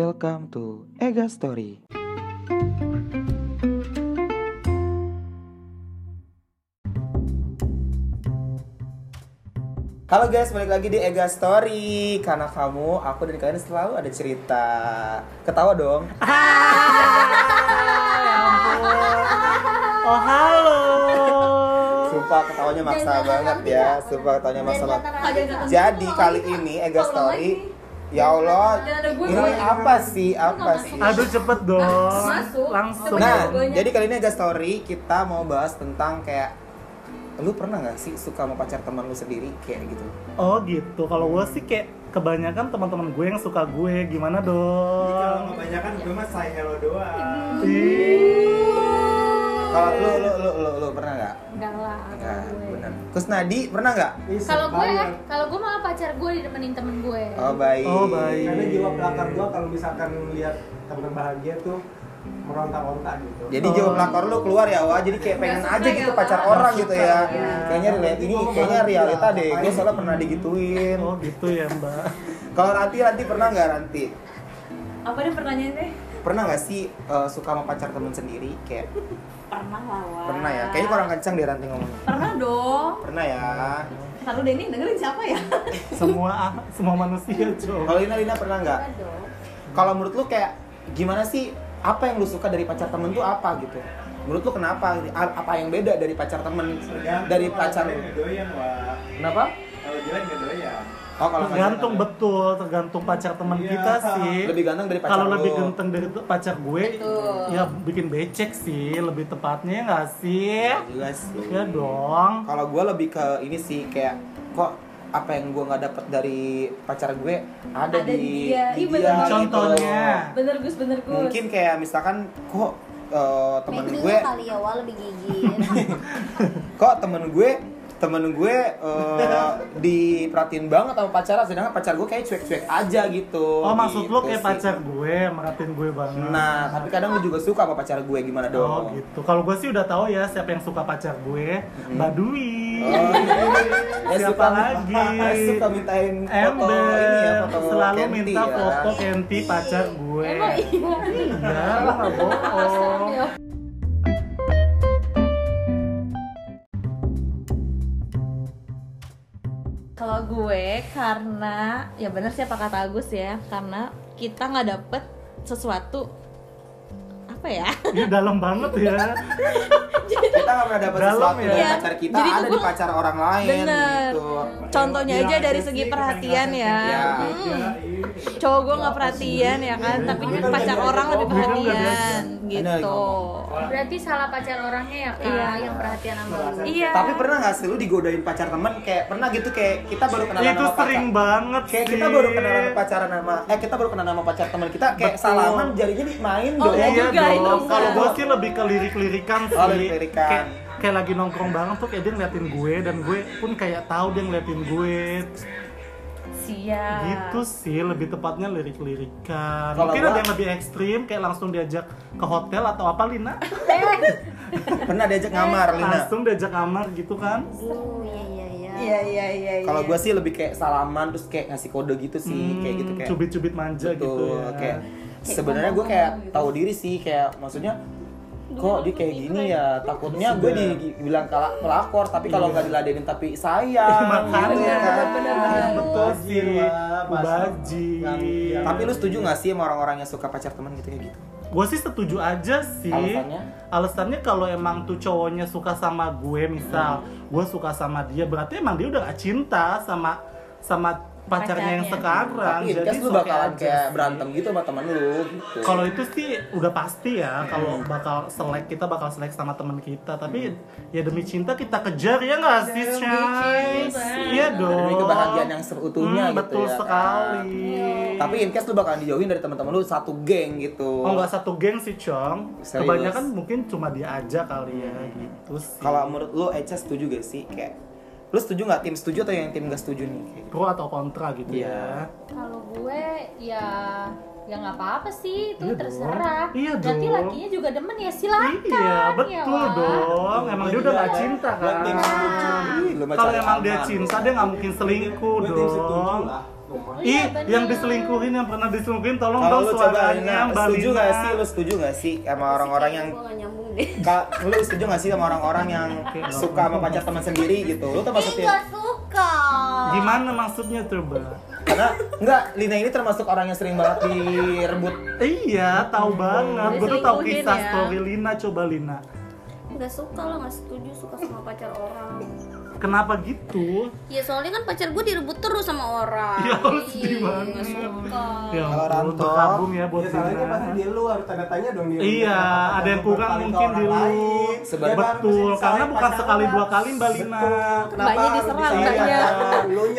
Welcome to Ega Story. Halo guys, balik lagi di Ega Story. Karena kamu, aku dan kalian selalu ada cerita. Ketawa dong. Oh halo. Sumpah ketawanya maksa Jangan banget nanti ya. ya. Sumpah ketawanya maksa Dan banget. antara- Jadi kali ini Ega Ulang Story ya. lagi. Ya Allah, Dan ada gue, ini gue. apa sih? Apa masuk. sih? Aduh cepet dong. Masuk. Langsung. Cepet. Nah, Banyak. jadi kali ini agak story kita mau bahas tentang kayak lu pernah nggak sih suka sama pacar teman lu sendiri kayak gitu? Oh gitu. Kalau gue sih kayak kebanyakan teman-teman gue yang suka gue gimana Kalau dong? kebanyakan gue mah say hello doang. Kalau lu lu lu lu, lu pernah nggak? Enggak lah, Nggak, kalau gue. benar. Terus Nadi pernah nggak? Ih, Kalau gue, ya. banget. kalau gue malah pacar gue ditemenin temen gue. Oh baik. Oh, baik. karena jiwa pelakar gue kalau misalkan lihat teman bahagia tuh meronta-ronta gitu. Jadi jiwa Oh. pelakor lu keluar ya wah, jadi kayak pengen aja gitu pacar orang gitu ya. Iya. Kayaknya relate ini kayaknya realita deh. Gue soalnya pernah digituin. Oh gitu ya mbak. Kalau Ranti Ranti pernah nggak Ranti? apa deh pertanyaannya Pernah nggak sih eh, suka sama pacar teman sendiri kayak pernah lawan pernah ya? Kayaknya kurang kencang deh Ranti ngomongnya. pernah dong Pernah ya. taruh deh ini dengerin siapa ya Semua semua manusia coba. Kalau Lina, Lina pernah nggak? Enggak dong. Kalau menurut lu kayak gimana sih? Apa yang lu suka dari pacar temen tuh apa gitu? Menurut lu kenapa? A- Apa yang beda dari pacar temen? Tergantung Dari kalau pacar kalian nggak doyan wah. Kenapa? Kalau jalan nggak doyan. Oh kalau pacar- Tergantung betul, tergantung pacar teman Iya. kita sih. Lebih ganteng dari pacar Kalau lu. lebih ganteng dari tu- pacar gue, Betul. ya bikin becek sih, lebih tepatnya ya nggak sih? Iya juga sih. Ya dong. Kalau gue lebih ke ini sih kayak kok apa yang gue nggak dapet dari pacar gue ada, Ada di, di dia. di Ih, bener banget. gitu. Contohnya. bener gus bener gus Mungkin kayak misalkan kok eh, temen gue kali ya, wah lebih gigit. kok temen gue temen gue eh, diperhatiin banget sama pacarnya sedangkan pacar gue kayak cuek-cuek aja gitu Oh maksud lo Gitu kayak sih. pacar gue, merhatiin gue banget. nah tapi kadang gue juga suka sama pacar gue gimana dong Oh gitu. Kalau gue sih udah tahu ya siapa yang suka pacar gue, Mbak Dwi. Mm-hmm. Oh, eh, Siapa suka- lagi? eh, suka mintain foto ini ya Ember foto selalu Kenty minta ya. foto Kenti pacar gue. Emang iya. Enggak, lo nggak iya? Serem bohong. ya. kalau gue karena ya bener sih apa kata Agus ya karena kita nggak dapet sesuatu apa ya Ini dalam banget ya. kita nggak pernah dapat Dalam sesuatu ya. dari Iya. pacar kita Jadi ada di gue- pacar orang lain bener gitu contohnya Bilang aja dari sih, segi kita perhatian ngerasain ya Iya. Hmm. kayak gitu. cowok gue nggak perhatian ya kan tapi Iya. pacar Iya. orang lebih Iya. perhatian gitu Berarti salah pacar orangnya ya kak, Iya. yang perhatian sama lu. iya tapi pernah nggak sih lu digodain pacar temen kayak pernah gitu kayak kita baru kenalan Itu sama pacar sering banget kayak sih. kita baru kenalan pacaran sama eh kita baru kenalan sama pacar teman kita kayak Betul. salaman jarinya dimain Oh, dong iya Iya juga, itu dong. enggak. Kalau gue sih lebih ke lirik-lirikan sih. Oh, lirik-lirikan. Kayak, kayak lagi nongkrong bareng tuh kayak dia ngeliatin gue dan gue pun kayak tahu dia ngeliatin gue. siap Gitu sih, lebih tepatnya lirik-lirikan. Kalau Mungkin gua- ada yang lebih ekstrim, kayak langsung diajak ke hotel atau apa, Lina? pernah diajak ngamar Lina Langsung diajak kamar gitu kan? Oh iya iya iya. Iya iya iya. kalau iya. gue sih lebih kayak salaman terus kayak ngasih kode gitu sih kayak gitu kayak cubit-cubit manja betul, Hmm, gitu ya. kayak sebenarnya gue kayak tahu diri sih kayak maksudnya kok dia kayak gini ya gitu. takutnya gue dibilang kalah pelakor tapi kalau nggak diladenin tapi sayang Iya. Makanya, gitu kan. benar-benar Iya, betul sih, ubaji. tapi lu setuju nggak sih sama orang-orang yang suka pacar teman gitu kayak gitu Gue sih setuju aja sih. Alasannya? Alasannya kalau emang tuh cowoknya suka sama gue misal, Hmm. gue suka sama dia berarti emang dia udah gak cinta sama sama pacarnya, yang Pacarnya. sekarang. tapi in case lu suka bakalan aja kayak sih. berantem gitu sama teman lu gitu Kalau itu sih udah pasti Hmm. ya, kalau bakal selek kita bakal selek sama teman kita. Tapi Hmm. ya demi cinta kita kejar ya nggak sih, Shay? Iya dong. demi kebahagiaan yang seutuhnya Hmm, gitu betul ya kan. sekali. tapi in case lu bakalan dijauhin dari teman-teman lu satu geng gitu Oh nggak satu geng sih Chong Serius? Hmm. Kebanyakan mungkin cuma dia aja kali ya gitu sih kalau menurut lu Echa setuju gak sih kayak lu setuju nggak tim setuju atau yang tim gak setuju nih Kayak gitu. pro atau kontra gitu Iya. Kalau gue ya ya nggak apa-apa sih itu Iya dong. terserah. Iya Nanti dong. lakinya juga demen ya ya silakan. Iya ya betul Wak. dong Emang dia udah gak Iya. cinta Buat kan tim setuju. Ih, lu mah Kalau cari emang dia aman. cinta dia nggak mungkin selingkuh Gue tim setuju dong lah. rumah Iya, Ih, bener. yang diselingkuhin yang pernah diselingkuhin tolong Kalau dong lu coba suaranya Lina, Mbak setuju Lina. gak sih? Lu setuju gak sih sama orang-orang yang gue gak nyambung deh Ka, lu setuju gak sih sama orang-orang yang suka sama pacar teman sendiri gitu? Lu termasuk Ih, yang- gak suka Gimana maksudnya tuh, Mbak? karena enggak Lina ini termasuk orang yang sering banget direbut Iya, Oh. tahu banget. Gue tuh tahu Diselingkuhin kisah ya. story Lina coba Lina. Gak suka lah, gak setuju suka sama pacar orang Kenapa gitu? Iya, Ya soalnya kan pacar gue direbut terus sama Ah, orang Ya, lu sedih Ih, banget. Gak suka Ya, iya, Kalau ampun, rantau. berkabung ya buat ya salahnya pasti Lina. di lu harus tanda tanya dong dia Iya, ada yang kurang mungkin di lu. Sebagai- Sebagai Betul, karena bukan sekali dua kali Mbak Lina. Iya, Mbaknya diserang, mbaknya.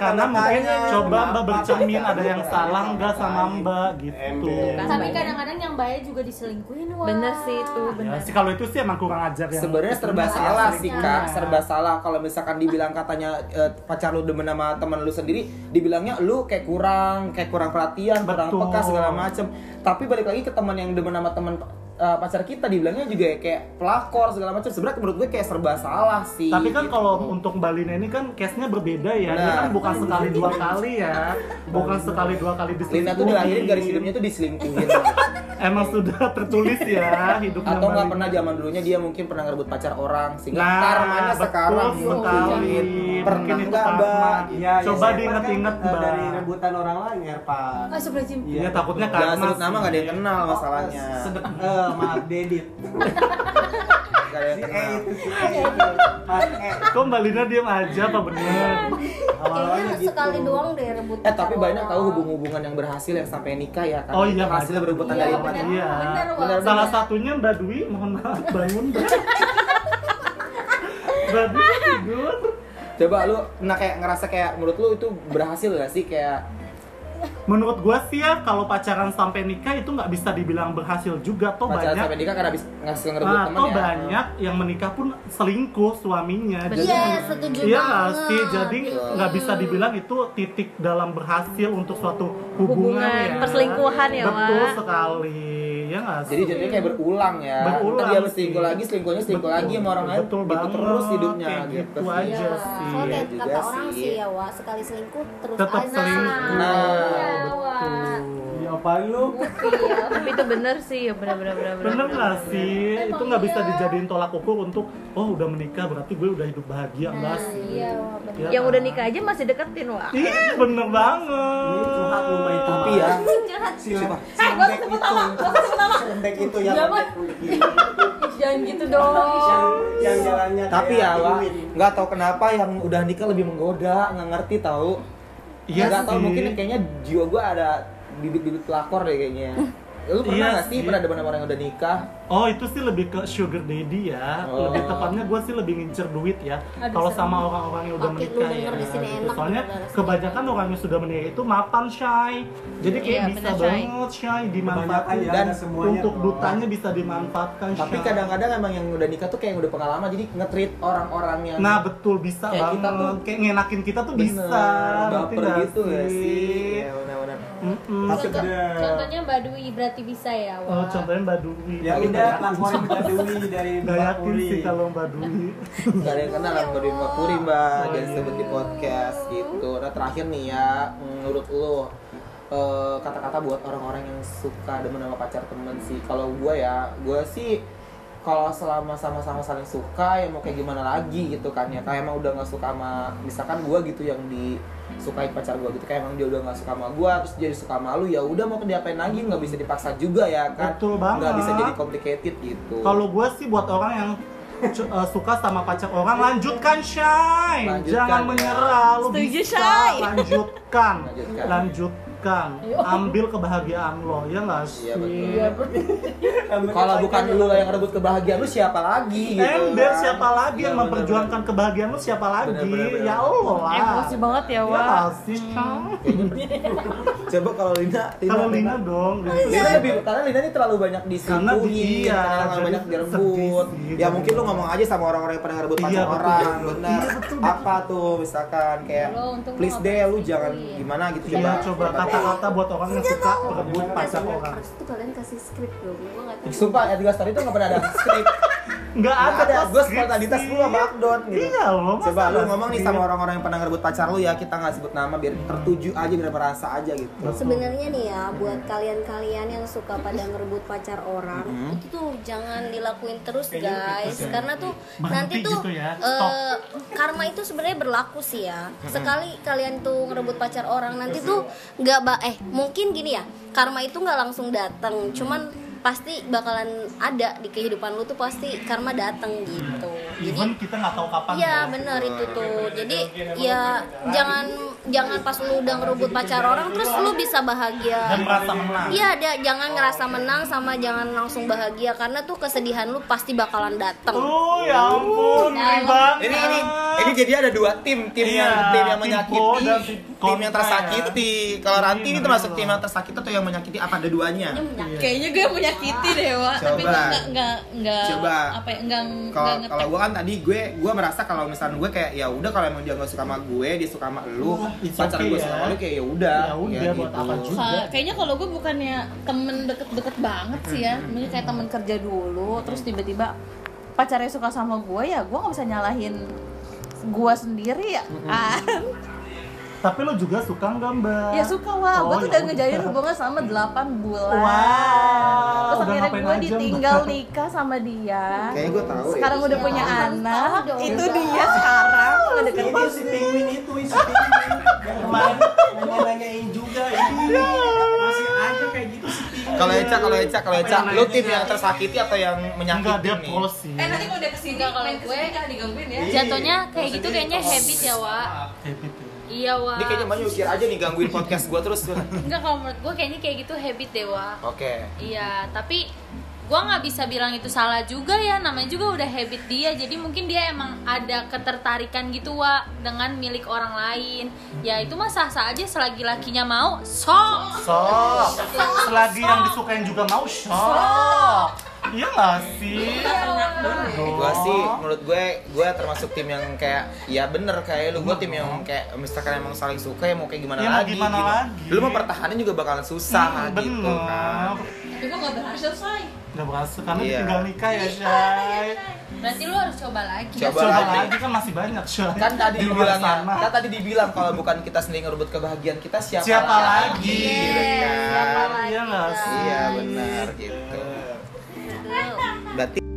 Karena mungkin coba Mbak bercermin ada yang salah nggak Nah, sama Mbak gitu. Kan Ember. Bukan. Tapi kadang-kadang yang baik juga diselingkuhin wah. bener sih itu Ya, bener sih kalau itu sih emang kurang ajar ya. sebenarnya serba salah sih kak serba salah kalau misalkan dibilang katanya eh, pacar lu demen sama teman lu sendiri dibilangnya lu kayak kurang kayak kurang perhatian kurang Betul. peka segala macem tapi balik lagi ke teman yang demen sama teman eh, pacar kita dibilangnya juga ya kayak pelakor segala macem sebenarnya menurut gue kayak serba salah sih Tapi kan kalau untuk Balina ini kan case-nya berbeda ya. Ini gitu. Benar. kan bukan sekali dua kali ya. Bukan sekali dua kali diselingkuhin. Lina tuh dilahirin garis hidupnya tuh diselingkuhin Emang sudah tertulis ya hidupnya. atau nggak Balina. pernah zaman dulunya dia mungkin pernah ngerebut pacar orang sehingga Nah, karmanya betul sekarang sekali. pernah Mungkin itu nggak karma. mbak Iya, Coba siapa diinget-inget, kan, eh, Dari Mbak. rebutan orang lain, Erpan. Ah, sebelah jim. Iya takutnya karena Jangan sebut nama gak ada yang kenal masalahnya Sedek, eh, maaf Dedit. Nggak ada yang Si E kenal itu si E. Mas E. Kok Mbak Lina diem aja apa bener? Iya, Kayaknya gitu. sekali doang deh rebut gitu. Eh tapi pacar banyak orang. tahu hubung-hubungan yang berhasil yang sampai nikah ya kan? Oh iya, hasilnya banyak. berebutan Iya, dari benar. mana? Iya. Bener, Wak. Bener, Salah satunya Mbak Dwi, mohon maaf bangun Mbak. Mbak Dwi tidur. Coba lu nah kayak ngerasa kayak menurut lu itu berhasil gak sih kayak Menurut gua sih ya kalau pacaran sampai nikah itu nggak bisa dibilang berhasil juga toh pacaran Oh, banyak. sampai nikah kan habis ngasih ngerebut Nah, teman toh ya? banyak yang menikah pun selingkuh suaminya. Jadi Iya, setuju Iya banget. nggak sih, jadi nggak bisa dibilang itu titik dalam berhasil untuk suatu hubungan, Hubungan, ya. perselingkuhan ya, Betul Wak. sekali, ya nggak sih? Jadi jadinya kayak berulang ya. Berulang Ntar dia berselingkuh sih. lagi, selingkuhnya selingkuh Betul, lagi sama orang lain. betul gitu banget, terus hidupnya kayak gitu. gitu sih. aja. Iya, sih. soalnya kayak Iya kata juga orang sih. sih ya, Wak, sekali selingkuh terus Tetap aja. selingkuh. Nah, Iya, wah. Ya apaan lu? tapi itu bener sih ya bener bener bener Bener nggak sih? Itu nggak bisa dijadiin tolak ukur untuk oh udah menikah berarti gue udah hidup bahagia nggak sih? Iya, wah, bener. Ya yang kan? udah nikah aja masih deketin wah Iya bener Ini Iya, curhat lu Mbak Eh, banget. itu. tapi ya si lembek itu. Si lembek itu Iya, yang kan? Jangan gitu dong. yang jalannya tapi ya kayak wah pinguin. nggak tahu kenapa yang udah nikah lebih menggoda nggak ngerti tahu Iya nggak tahu sih. mungkin kayaknya jiwa gue ada bibit-bibit pelakor deh kayaknya lu pernah Iya nggak sih sih. pernah demen sama orang yang udah nikah Oh itu sih lebih ke sugar daddy ya. Oh. Lebih tepatnya gue sih lebih ngincer duit ya. Kalau sama orang-orang yang udah Oke, lu menikah ya. denger di sini gitu. enak, Soalnya bener rasanya. kebanyakan orang yang sudah menikah itu mapan shy. Jadi kayak Iya, bisa bener, Shay. banget shy dimanfaatkan Kebanyakan ya, Dan ada semuanya untuk tuh. dutanya bisa dimanfaatkan. tapi Shay. kadang-kadang emang yang udah nikah tuh kayak yang udah pengalaman jadi nge-treat orang-orang yang Nah betul bisa Kayak banget. kita tuh- kayak ngenakin kita tuh bener, bisa. Ngerti baper nggak Hmm? gitu ya sih ya, benar-benar Mm-mm. Tapi Contoh- Sedap. Contohnya Mbak Dwi berarti bisa ya, Oh, wah. contohnya Mbak Dwi. Ya udah laporin ke Dewi dari Nggak Mbak yakin Puri. sih kalau Mbak Dwi. Gak ada yang kenal sama Dwi Mbak Puri mbak Oh, Jangan iya. disebut di podcast gitu Nah terakhir nih ya Menurut lo eh, Kata-kata buat orang-orang yang suka demen sama pacar temen sih Kalau gue ya Gue sih kalau selama sama-sama saling suka ya mau kayak gimana lagi gitu kan ya kayak emang udah nggak suka sama misalkan gue gitu yang disukai pacar gue gitu kayak emang dia udah nggak suka sama gue terus jadi suka malu ya udah mau diapain lagi nggak bisa dipaksa juga ya kan Betul nggak banget. bisa jadi complicated gitu Kalau gue sih buat orang yang cu- eh, suka sama pacar orang lanjutkan shine, Lanjutkan, jangan ya. menyerah, lu Setuju, bisa Shay. lanjutkan, Lanjutkan. lanjutkan, ambil kebahagiaan lo, ya nggak sih? Iya, betul. Iya, Lembek Kalau itu bukan aja. lu yang rebut kebahagiaan lu siapa lagi gitu. kan? Ember Eh, siapa lagi yang Iya, memperjuangkan kebahagiaan lo siapa lagi? Bener, bener, bener. Ya Allah lah. emosi banget ya Ya Iya, wah nggak sih, Shay? bener-bener. Coba kalau Lina, Kalau Lina dong, Iya, Lina. Lina lebih karena Lina ini terlalu banyak diselingkuhin, Karena dia, karena jadi terlalu banyak direbut. sedih Ya sih, bener. mungkin lu ngomong aja sama orang-orang yang pernah ngerebut Iya, pacar betul. orang, benar. Apa tuh misalkan kayak Lo untung please lu deh nggak lu jangan diselingkuhin." gimana gitu Coba Iya, coba kata-kata buat orang Iya, yang suka merebut Kasih pacar lihat, orang. Terus tuh kalian kasih skrip dong, gue gak tahu. Sumpah, Edgar Story itu nggak pernah ada skrip. nggak ada, ada, kok gue skripsi. spontanitas gue sama Akdon gitu. Iya loh, masa Coba lu nggak ngomong nih skripsi? sama orang-orang yang pernah ngerebut pacar lu ya, kita nggak sebut nama biar tertuju aja biar merasa aja gitu. Sebenarnya nih ya, buat kalian-kalian yang suka pada ngerebut pacar orang, Mhm. itu tuh jangan dilakuin terus guys, karena tuh Berhenti nanti tuh gitu ya, eh, stop. karma itu sebenarnya berlaku sih ya. Sekali kalian tuh ngerebut pacar orang, nanti tuh nggak ba eh mungkin gini ya, karma itu nggak langsung datang, cuman pasti bakalan ada di kehidupan lu tuh pasti karma datang gitu. Even Jadi kita nggak tahu kapan. Iya benar itu tuh. Jadi ya jangan jangan pas lu udah ngerebut pacar orang terus lu bisa Dan bahagia. merasa menang. Iya ada jangan ngerasa menang sama jangan langsung bahagia karena tuh kesedihan lu pasti bakalan datang. Oh ya ampun, ngeri banget. Ini ini ini jadi ada dua tim, tim Iya, yang tim yang tim pro menyakiti, dan tim tim, kontra yang ya. Iya. tersakiti. Kalau Ranti ini bener termasuk loh. tim yang tersakiti atau yang menyakiti apa ada duanya? Iya, Kayaknya gue punya Kitty deh, Wak. Coba. Tapi gue nggak nggak nggak Coba. apa ya, nggak nggak Kalau kalau ngetek. gue kan tadi gue gue merasa kalau misalnya gue kayak ya udah kalau emang dia nggak suka sama gue, dia suka sama lu, Wah, it's pacar okay gue ya. suka sama lu kayak ya udah, Ya udah, kayak buat gitu. apa juga. Ka- Kayaknya kalau gue bukannya temen deket-deket banget sih ya, mungkin kayak temen kerja dulu, terus tiba-tiba pacarnya suka sama gue ya, gue nggak bisa nyalahin gue sendiri ya. kan. Tapi lo juga suka nggak mbak? ya suka wah, Oh, gue tuh udah ya udah. ngejalin hubungan sama 8 bulan. Wow, Terus udah akhirnya gue ngapain aja, Mbak? ditinggal nikah sama dia. Kayaknya gue tahu deh. Sekarang udah Iya, punya harus anak, tahu dong. itu dia sekarang ngedeketin Ini si penguin itu, si penguin yang kemarin nanya-nanyain juga ini masih aja kayak gitu si penguin. Kalau Eca, kalau Eca, kalau Eca, Apa yang lu lain tim juga? yang tersakiti atau yang Enggak menyakiti dia nih? pro sih. Eh nanti kalau udah kesini Enggak, kalau main gue- kesini, jangan digangguin ya. Jatuhnya kayak gitu kayaknya habit ya, Wak. Happy tuh. Iya, Wak. Dia kayaknya banyak usir aja nih gangguin podcast gue terus. Oke. Enggak kalau menurut gue kayaknya kayak gitu habit deh, Wak. Iya, tapi gua nggak bisa bilang itu salah juga ya namanya juga udah habit dia jadi mungkin dia emang ada ketertarikan gitu wa dengan milik orang lain ya itu mah sah sah aja selagi lakinya mau sok Sok. Selagi yang disukain juga mau sok. Iya nggak sih? Iya. Gue sih Oh. menurut gue gue termasuk tim yang kayak ya bener kayak lu gue tim yang kayak misalkan emang saling suka ya mau kayak gimana Ya, mau lagi gimana gitu. lagi? Hmm, Lu mau pertahanin juga bakalan susah gitu kan. Bener. Tapi gue gak berhasil, say. Nggak berhasil karena Iya. ditinggal nikah ya Shay. berarti lu harus coba lagi Coba Coba lagi. lagi kan masih banyak Shay. Kan tadi Di luar dibilang ya, sana. kan tadi dibilang kalau bukan kita sendiri ngerebut kebahagiaan kita siapa, Siapa lagi? Gitu Iya kan. nggak sih? então. Iya benar gitu. Berarti